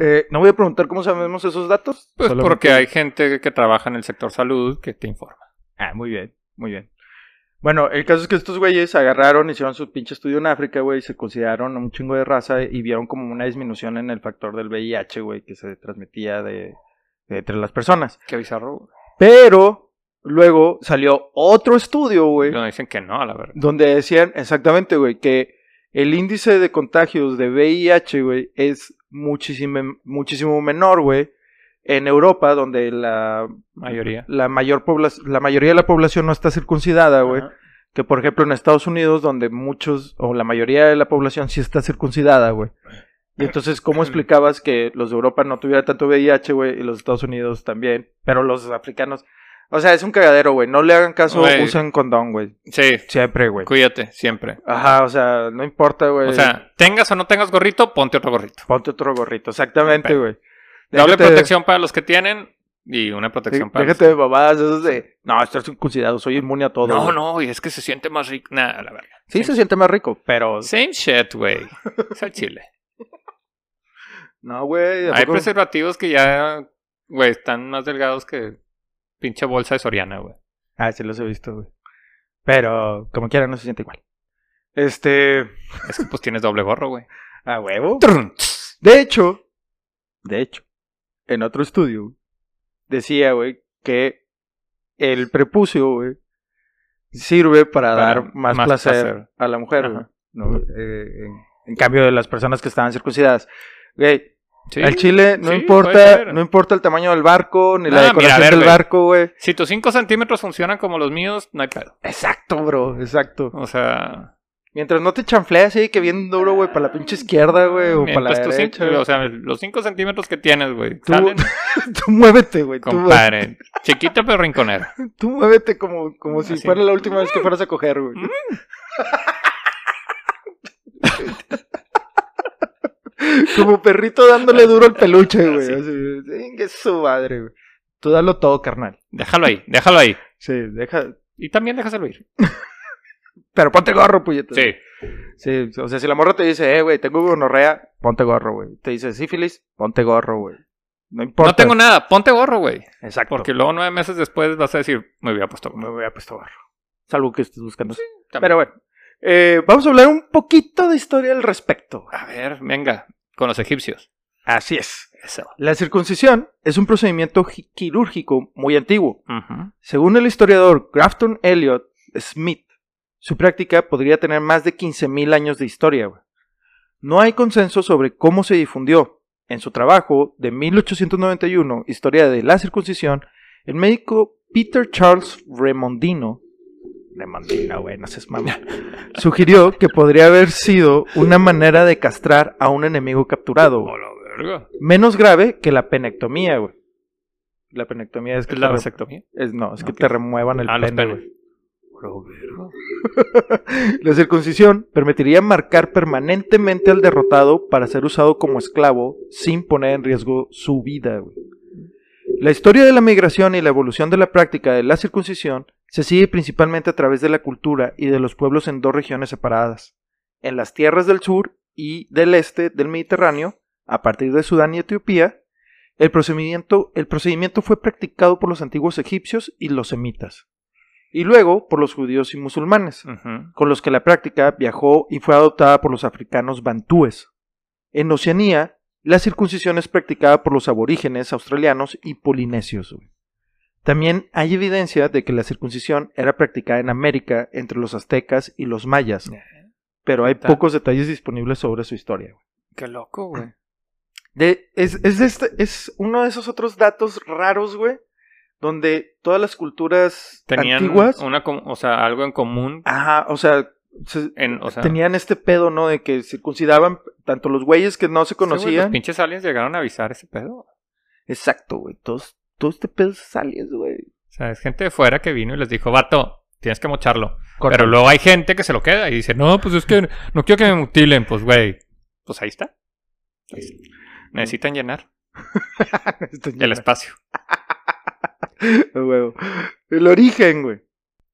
Eh, no voy a preguntar cómo sabemos esos datos. Pues solamente- porque hay gente que trabaja en el sector salud que te informa. Ah, muy bien, muy bien. Bueno, el caso es que estos güeyes agarraron, hicieron su pinche estudio en África, güey, se consideraron un chingo de raza y vieron como una disminución en el factor del VIH, güey, que se transmitía de, de entre las personas. Qué bizarro, güey. Pero luego salió otro estudio, güey, Donde dicen que no, a la verdad. donde decían exactamente, güey, que el índice de contagios de VIH, güey, es muchísimo, muchísimo menor, güey, en Europa, donde la, Mayoría. la, mayor pobla- la mayoría de la población no está circuncidada, güey Ajá. que por ejemplo en Estados Unidos, donde muchos o la mayoría de la población sí está circuncidada, güey. Y entonces, ¿cómo explicabas que los de Europa no tuvieran tanto VIH, güey, y los de Estados Unidos también, pero los africanos... O sea, es un cagadero, güey. No le hagan caso, Güey. usen condón, güey. Sí, Siempre, güey. cuídate, siempre. Ajá, o sea, no importa, güey. O sea, tengas o no tengas gorrito, ponte otro gorrito. ponte otro gorrito. Exactamente, Pero- güey. Doble Déjate- protección para los que tienen y una protección para los Déjate de babadas, esos de... No, estoy circuncidado, soy inmune a todo. No, güey". no, y es que se siente más rico. Nah, la verdad. Sí, se siente más rico, pero... Same shit, güey. Es al chile. No, güey. ¿a Hay poco? preservativos que ya, güey, están más delgados que pinche bolsa de Soriana, güey. Ah, sí los he visto, güey. Pero, como quiera, no se siente igual. Este. Es que pues tienes doble gorro, güey. A huevo. De hecho, de hecho, en otro estudio, decía, güey, que el prepucio, güey, sirve para, Para dar más, más placer, placer. a la mujer, Ajá. güey, ¿no? Eh, en, en cambio de las personas que estaban circuncidadas. Güey, Sí. al chile no sí, puede importa, ser. no importa el tamaño del barco, ni Ah, la mira, decoración a ver, del güey. barco, güey. Si tus 5 centímetros funcionan como los míos, no hay pedo. Exacto, bro, exacto. O sea, Mientras no te chanfleas así, que bien duro, güey, para la pinche izquierda, güey, o para la mientras tus cinco- derecha. güey. o sea, los 5 centímetros que tienes, güey, Tú- salen, tú muévete, güey. Tú, compadre. Chiquita pero rinconera. tú muévete como, como si Así. fuera la última vez que fueras a coger, güey. Mm. como perrito dándole duro al peluche, güey. Así. Así, que su madre, güey. Tú dalo todo, carnal. Déjalo ahí, déjalo ahí. Sí, deja. Y también déjaselo ir. Pero ponte gorro, puñetas. Sí. Sí, o sea, si la morra te dice, eh, güey, tengo gonorrea, ponte gorro, güey. Te dice sífilis, ponte gorro, güey. No importa. No tengo nada, ponte gorro, güey. Exacto. Porque luego nueve meses después vas a decir, me había puesto me gorro. voy a puesto barro. Salvo que estés buscando. también. Pero bueno, eh, vamos a hablar un poquito de historia al respecto. A ver, venga, con los egipcios. Así es. Eso. La circuncisión es un procedimiento gi- quirúrgico muy antiguo. Ujú. Según el historiador Grafton Elliot Smith, su práctica podría tener más de 15.000 años de historia. güey. No hay consenso sobre cómo se difundió. En su trabajo de 1891, Historia de la Circuncisión, el médico Peter Charles Remondino, Remondino, güey, no seas mamón, sugirió que podría haber sido una manera de castrar a un enemigo capturado, güey. Hola, verga. menos grave que la penectomía, güey. La penectomía es que ¿Es la te re- vasectomía? es- no, es que Ok. te remuevan el Ah, los pene, penes. güey. La circuncisión permitiría marcar permanentemente al derrotado para ser usado como esclavo sin poner en riesgo su vida. güey. La historia de la migración y la evolución de la práctica de la circuncisión se sigue principalmente a través de la cultura y de los pueblos en dos regiones separadas, en las tierras del sur y del este del Mediterráneo, a partir de Sudán y Etiopía, el procedimiento, el procedimiento fue practicado por los antiguos egipcios y los semitas, y luego por los judíos y musulmanes Ujú. con los que la práctica viajó y fue adoptada por los africanos bantúes. En Oceanía, la circuncisión es practicada por los aborígenes australianos y polinesios. güey. También hay evidencia de que la circuncisión era practicada en América entre los aztecas y los mayas, pero hay Ta- pocos detalles disponibles sobre su historia. güey. Qué loco, güey. De, es, es, de este- es uno de esos otros datos raros, güey, donde todas las culturas Tenían antiguas, una, com- o sea, algo en común. ajá, o sea, se- En, o sea, tenían este pedo, ¿no? De que circuncidaban tanto los güeyes que no se sí, güey, los conocían. pinches aliens llegaron a avisar ese pedo. O Exacto, güey, todos, todo este pedo es aliens, güey. sea, es gente de fuera que vino y les dijo, vato, tienes que mocharlo. Corta. Pero luego hay gente que se lo queda y dice, no, pues es que no quiero que me mutilen. Pues, güey, pues ahí está. Ahí está. Necesitan llenar el espacio. A Este huevo. El origen, güey.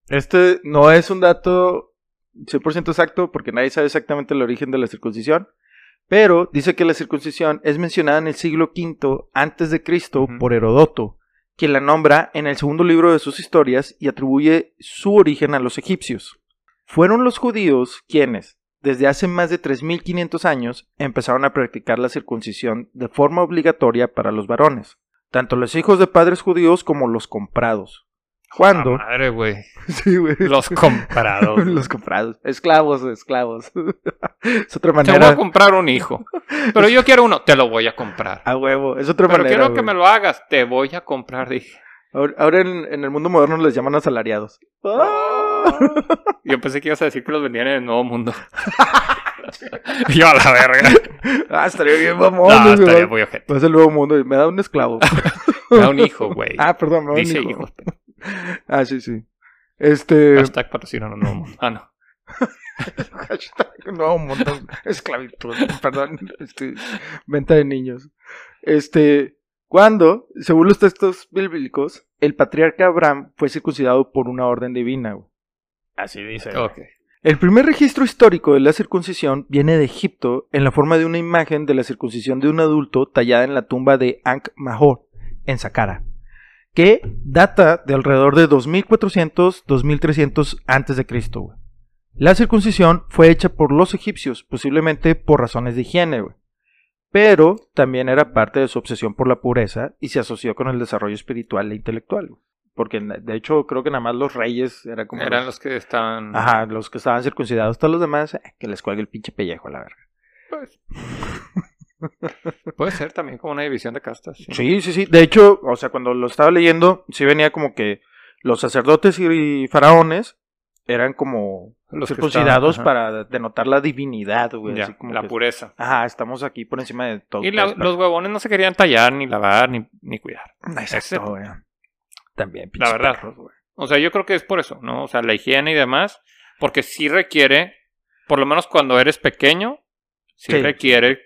Este no es un dato 100% exacto porque nadie sabe exactamente el origen de la circuncisión. Pero dice que la circuncisión es mencionada en el siglo V antes de Cristo Ujú. por Herodoto, quien la nombra en el segundo libro de sus historias y atribuye su origen a los egipcios. Fueron los judíos quienes, desde hace más de 3.500 años, empezaron a practicar la circuncisión de forma obligatoria para los varones, tanto los hijos de padres judíos como los comprados. ¿Cuándo? Ah, madre, güey. Sí, güey. Los comprados. güey. Los comprados. Esclavos, esclavos. es otra Te voy a manera. comprar un hijo. Pero yo quiero uno, te lo voy a comprar. A huevo. Es otra Pero Ah, manera. quiero que güey. me lo hagas, te voy a comprar, dije. Ahora, ahora en, en el mundo moderno les llaman asalariados. Ah. Yo pensé que ibas a decir que los vendían en el nuevo mundo. yo a la verga. Ah, estaría bien, vamos. No, estaría muy ojete. Es el nuevo mundo. y Me da un esclavo. Me da un hijo, güey. ah, perdón, me da un Dice hijo. hijos. Ah, sí, sí. Este. Hashtag patrocinan un nuevo mundo. Ah, no. Hashtag nuevo mundo. Esclavitud. Perdón. Este, venta de niños. Este. Cuando, según los textos bíblicos, el patriarca Abraham fue circuncidado por una orden divina. güey. Así dice. güey. Ok. El primer registro histórico de la circuncisión viene de Egipto en la forma de una imagen de la circuncisión de un adulto tallada en la tumba de Ankh-Mahor en Saqqara, que data de alrededor de 2400-2300 antes de Cristo. güey. La circuncisión fue hecha por los egipcios, posiblemente por razones de higiene, güey. pero también era parte de su obsesión por la pureza y se asoció con el desarrollo espiritual e intelectual, güey. porque de hecho creo que nada más los reyes era como Eran los que estaban. Ajá, los que estaban circuncidados, todos los demás, eh, que les cuelgue el pinche pellejo a la verga. Pues. Puede ser también como una división de castas. Sí. Sí, sí, sí. De hecho, o sea, cuando lo estaba leyendo, sí venía como que los sacerdotes y faraones eran como Los que circuncidados estaban- ajá. para denotar la divinidad, güey. Ya, así como la que- pureza. Ajá, estamos aquí por encima de todo. Y la- todas los huevones no se querían tallar, ni lavar, ni, ni cuidar. partes. ese- Exacto, güey. También, La verdad. perros, güey. O sea, yo creo que es por eso, ¿no? O sea, la higiene y demás, porque sí requiere, por lo menos cuando eres pequeño, sí, Sí. requiere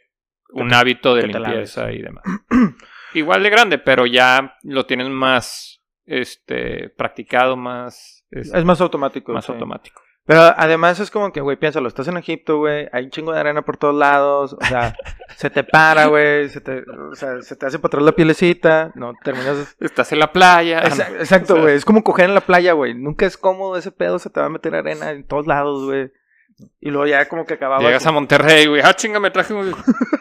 un te- hábito de que te laves. limpieza y demás. Igual de grande, pero ya lo tienes más este practicado, más, es- Es más automático. más sí. automático. Pero además es como que, güey, piénsalo, estás en Egipto, güey, hay un chingo de arena por todos lados, o sea, se te para, güey, se te, o sea, se te hace para atrás la pielecita, no terminas... Estás en la playa. Exa- ah, no. Exacto, O sea, güey, es como coger en la playa, güey, nunca es cómodo ese pedo, se te va a meter arena en todos lados, güey. Y luego ya como que acababas Llegas a Monterrey, güey. Ah, chinga, me traje güey,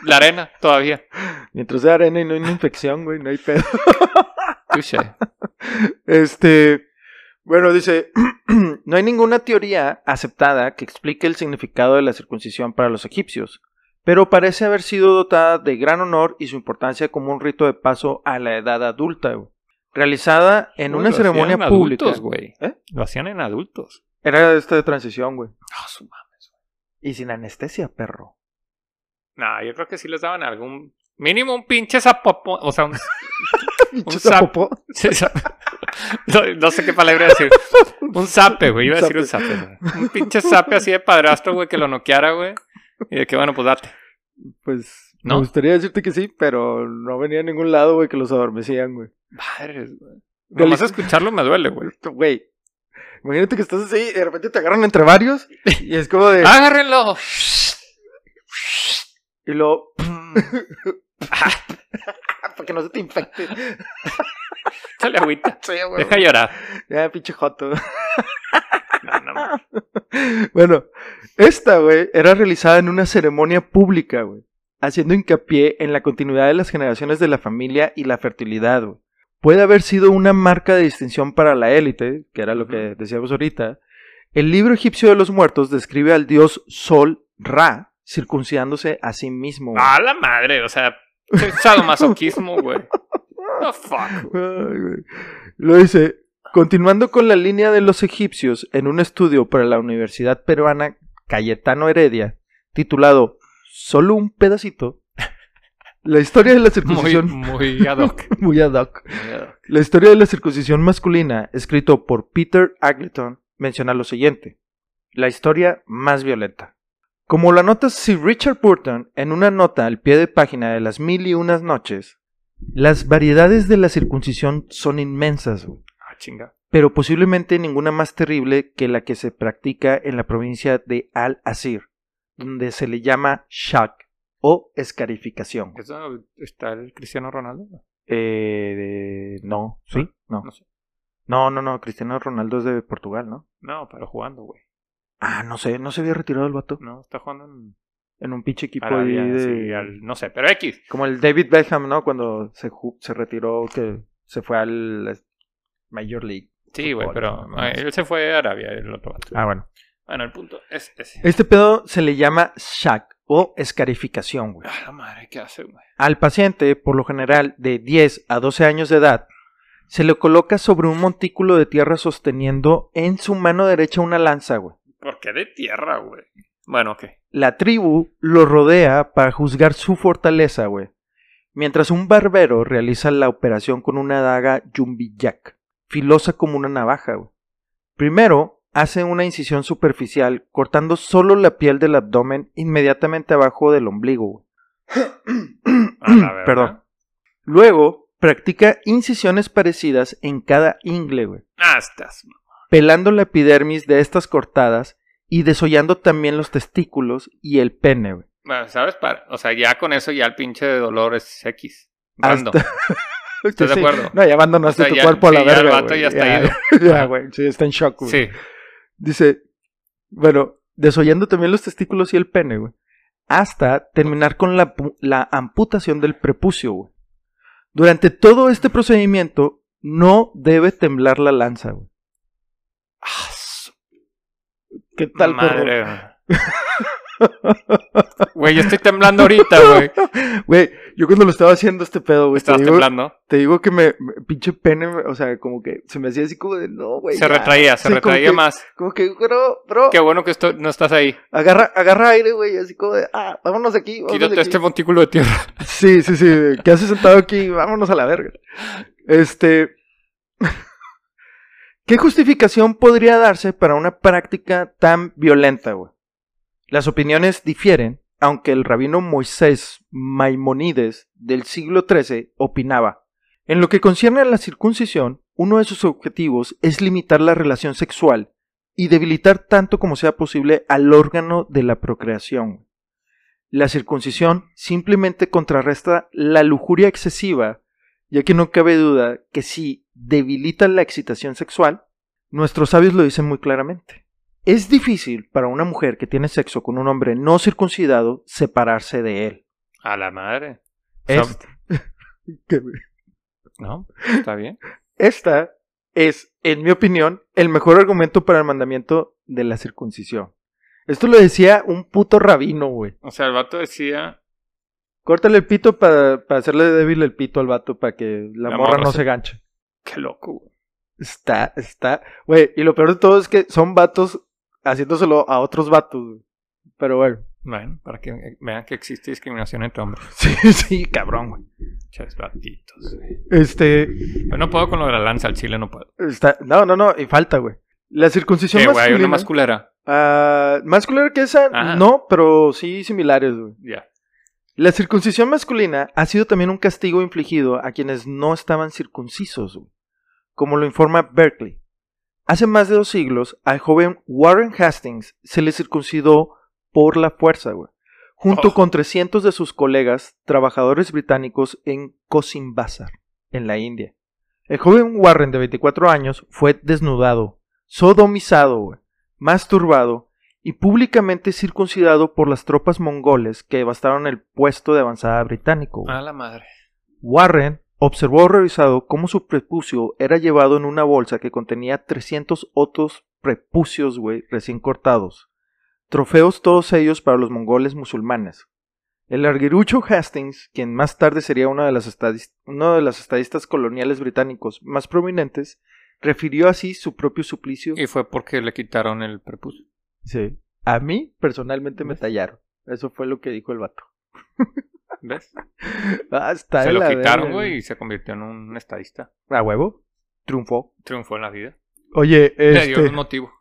la arena todavía. mientras sea arena y no hay una infección, güey, no hay pedo. Touché. Este, bueno, dice, no hay ninguna teoría aceptada que explique el significado de la circuncisión para los egipcios, pero parece haber sido dotada de gran honor y su importancia como un rito de paso a la edad adulta, güey. realizada en Uy, una lo ceremonia hacían en pública. Adultos, güey. ¿Eh? Lo hacían en adultos. Era esta de transición, güey. Ah, su madre. Y sin anestesia, perro. No, yo creo que sí les daban algún. Mínimo un pinche zapopo. O sea, un. Pinche zap- zapopó. sí, zap- no, no sé qué palabra decir. Un zape, güey. Iba a decir un zape. güey. Un pinche zape así de padrastro, güey, que lo noqueara, güey. Y de que, bueno, pues date. Pues ¿No? me gustaría decirte que sí, pero no venía a ningún lado, güey, que los adormecían, güey. Madres, güey. Nomás escucharlo me duele, güey. Güey, imagínate que estás así y de repente te agarran entre varios y es como Ah. de... ¡Agárrenlo! Y luego. ah, Para que no se te infecte. Chale agüita. Sí, güey. Deja llorar. Ya, pinche joto. No, no, no. Bueno, esta, güey, era realizada en una ceremonia pública, güey. Haciendo hincapié en la continuidad de las generaciones de la familia y la fertilidad, güey. Puede haber sido una marca de distinción para la élite, que era lo que decíamos ahorita. El libro egipcio de los muertos describe al dios Sol Ra circuncidándose a sí mismo. güey. Ah, ¡A la madre! O sea, Sadomasoquismo, güey. The Ay, fuck. güey. Lo dice, continuando con la línea de los egipcios en un estudio para la Universidad Peruana Cayetano Heredia, titulado Solo un pedacito, la historia de la Muy, circuncisión... muy ad hoc. muy ad hoc. Muy ad hoc. La historia de la circuncisión masculina, escrito por Peter Agleton, menciona lo siguiente. La historia más violenta. Como la nota Sir Richard Burton en una nota al pie de página de las mil y unas noches, las variedades de la circuncisión son inmensas, güey, Ah, chinga. pero posiblemente ninguna más terrible que la que se practica en la provincia de Al-Asir, donde se le llama shak o escarificación. ¿Eso está el Cristiano Ronaldo? Eh, de- no, ¿sí? No. No sé. No, no, no, Cristiano Ronaldo es de Portugal, ¿no? No, pero jugando, güey. Ah, no sé, no se había retirado el vato. No, está jugando en En un pinche equipo Arabia, ahí de... sí, al- no sé, pero X. Como el David Beckham, ¿no? Cuando se, ju- se retiró, que se fue al Major League. Sí, güey, Fútbol, pero no, eh, no sé. él se fue a Arabia, el otro vato. Ah, bueno. Bueno, el punto es ese. Este pedo se le llama shack o escarificación, güey. Ah, la madre, ¿qué hace, güey? Al paciente, por lo general de 10 a 12 años de edad, se le coloca sobre un montículo de tierra sosteniendo en su mano derecha una lanza, güey. ¿Por qué de tierra, güey? Bueno, ok. La tribu lo rodea para juzgar su fortaleza, güey. Mientras un barbero realiza la operación con una daga yumbillac, filosa como una navaja, güey. Primero, hace una incisión superficial, cortando solo la piel del abdomen inmediatamente abajo del ombligo. güey. A la verga. Perdón. Luego, practica incisiones parecidas en cada ingle, güey Ah, estás. pelando la epidermis de estas cortadas y desollando también los testículos y el pene, güey. Bueno, ¿sabes? Para, o sea, ya con eso ya el pinche de dolor es X. Bando. Hasta- ¿Estás de Sí. acuerdo? No, ya abandonaste O sea, tu ya- cuerpo a la sí, ya el verga. vato güey. ya está ya, güey, sí, está en shock, güey. Sí. Dice, bueno, desollando también los testículos y el pene, güey. Hasta terminar con la, pu- la amputación del prepucio, güey. Durante todo este procedimiento, no debe temblar la lanza, güey. Ah, su ¿Qué tal, perro? madre. Güey, yo estoy temblando ahorita, güey. Güey, yo cuando lo estaba haciendo este pedo, güey, te Estabas digo- temblando. Te digo que me, me- pinche pene, me- o sea, como que se me hacía así como de no, güey. Se ya". retraía, se Sí, como retraía que- más. Como que, bro, bro, Qué bueno que esto, no estás ahí. agarra, agarra aire, güey, así como de, ah, vámonos de aquí, vámonos Quítate de aquí. este montículo de tierra. Sí, sí, sí, ¿qué haces sentado aquí? Vámonos a la verga. Este. ¿Qué justificación podría darse para una práctica tan violenta, güey? Las opiniones difieren, aunque el rabino Moisés Maimonides del siglo XIII opinaba. En lo que concierne a la circuncisión, uno de sus objetivos es limitar la relación sexual y debilitar tanto como sea posible al órgano de la procreación. La circuncisión simplemente contrarresta la lujuria excesiva, ya que no cabe duda que si debilita la excitación sexual, nuestros sabios lo dicen muy claramente. Es difícil para una mujer que tiene sexo con un hombre no circuncidado separarse de él. A la madre. Este, Es- ¿Qué, güey? No, está bien. Esta es, en mi opinión, el mejor argumento para el mandamiento de la circuncisión. Esto lo decía un puto rabino, güey. O sea, el vato decía, Córtale el pito para hacerle débil el pito al vato para que la, La morra, morra no se- se ganche. qué loco, güey. Está, está. Güey, y lo peor de todo es que son vatos haciéndoselo a otros vatos. güey. Pero bueno. Bueno, para que vean que existe discriminación entre hombres. Sí, sí, cabrón, güey. Ches, batitos, güey. Este. Pero no puedo con lo de la lanza, al chile no puedo. Está. No, no, no. Y falta, güey. La circuncisión ¿Qué, Eh, güey? Hay masculina. una masculera. Ah, más culera que esa, Ajá. no, pero sí similares, güey. Ya. La circuncisión masculina ha sido también un castigo infligido a quienes no estaban circuncisos, güey, como lo informa Berkeley. Hace más de dos siglos, al joven Warren Hastings se le circuncidó por la fuerza, güey, junto Oh. con 300 de sus colegas, trabajadores británicos, en Coxim Bazar, en la India. El joven Warren, de 24 años, fue desnudado, sodomizado, güey, masturbado y públicamente circuncidado por las tropas mongoles que devastaron el puesto de avanzada británico. güey. A la madre. Warren observó horrorizado cómo su prepucio era llevado en una bolsa que contenía 300 otros prepucios, güey, recién cortados. Trofeos todos ellos para los mongoles musulmanes. El arguirucho Hastings, quien más tarde sería uno de, las estadis- uno de los estadistas coloniales británicos más prominentes, refirió así su propio suplicio. Y fue porque le quitaron el prepucio. Sí. A mí, personalmente, me ¿Ves? tallaron. Eso fue lo que dijo el vato. ¿Ves? Ah, está se de lo la quitaron, verga, güey, y se convirtió en un estadista. A huevo. Triunfó. Triunfó en la vida. Oye, Le dio este, un motivo.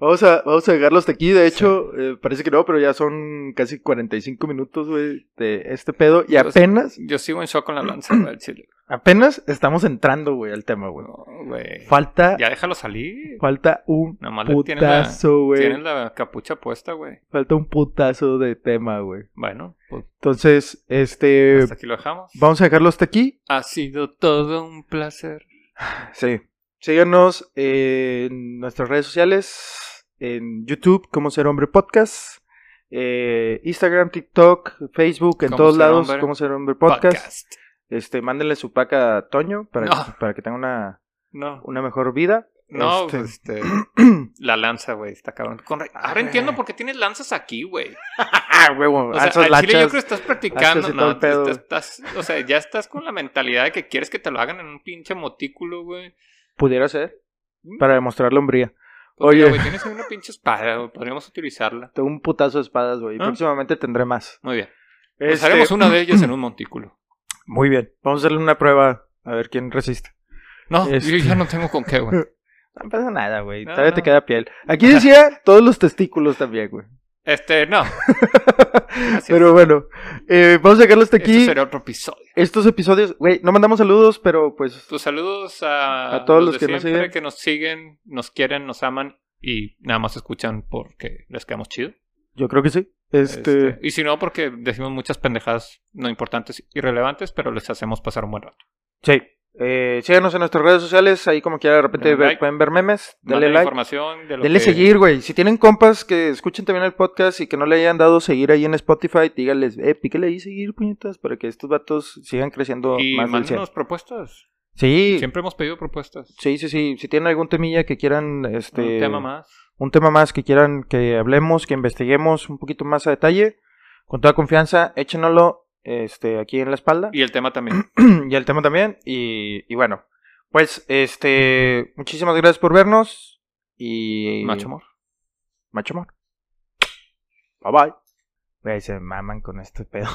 vamos, a, vamos a dejarlo hasta aquí. De hecho, eh, parece que no, pero ya son casi 45 minutos, güey, de este pedo. Y Entonces- apenas, Yo sigo en shock con la lanza güey, al chile. apenas estamos entrando, güey, al tema, güey. No, güey. Falta, Ya déjalo salir. falta un Nomás le tienes la, putazo, güey. tienes la capucha puesta, güey. Falta un putazo de tema, güey. Bueno, pues Entonces, este, hasta aquí lo dejamos. vamos a dejarlo hasta aquí. Ha sido todo un placer. Sí. Síganos en nuestras redes sociales, en YouTube como Ser Hombre Podcast, eh, Instagram, TikTok, Facebook, en Como todos Ser lados Hombre como Ser Hombre Podcast. Este, mándenle su paca a Toño para, No. que, para que tenga una, No, una mejor vida. no, Este, este, la lanza, güey, está cabrón. Con ra- Ahora güey. entiendo por qué tienes lanzas aquí, güey. ah, huevo, O sea, al alzas chile yo creo lachas. que estás practicando, lanzas y todo no, el pedo, te- estás- o sea, ya estás con la mentalidad de que quieres que te lo hagan en un pinche motículo, güey. Pudiera ser, ¿Mm? para demostrar la hombría. Pues Oye. mira, güey, tienes ahí una pinche espada, güey, podríamos utilizarla. Tengo un putazo de espadas, güey. y ¿Ah? Próximamente tendré más. Muy bien. Pues Este, haremos una de ellas en un montículo. Muy bien. Vamos a hacerle una prueba a ver quién resiste. No, Este. yo ya no tengo con qué, güey. No pasa nada, güey. No, Todavía no. te queda piel. Aquí decía todos los testículos también, güey. Este, no. Así pero es. bueno, eh, vamos a dejarlo hasta Esto aquí. será este otro episodio. Estos episodios, güey, no mandamos saludos, pero pues Tus saludos a, A todos los de que nos siempre, siguen. que nos siguen, nos quieren, nos aman y nada más escuchan porque les quedamos chido. yo creo que sí. Este, Este, y si no, porque decimos muchas pendejadas no importantes, irrelevantes, pero les hacemos pasar un buen rato. sí. Eh, síganos en nuestras redes sociales, ahí como quiera de repente Denle ver- like. pueden ver memes, dale Manden like, información de lo denle que- seguir, güey. Si tienen compas que escuchen también el podcast y que no le hayan dado seguir ahí en Spotify, díganles, eh, píquele ahí seguir, puñetas, para que estos vatos sigan creciendo Y más del cien. mándenos propuestas. Sí, Siempre hemos pedido propuestas. sí, sí, sí. Si tienen algún temilla que quieran, este, Un tema más. un tema más que quieran que hablemos, que investiguemos un poquito más a detalle, con toda confianza, échenoslo este, aquí en la espalda. Y, Y el tema también. el tema también. Y, y bueno, pues este muchísimas gracias por vernos. Y. Macho amor. Macho amor. Bye bye. Güey, se maman con este pedo.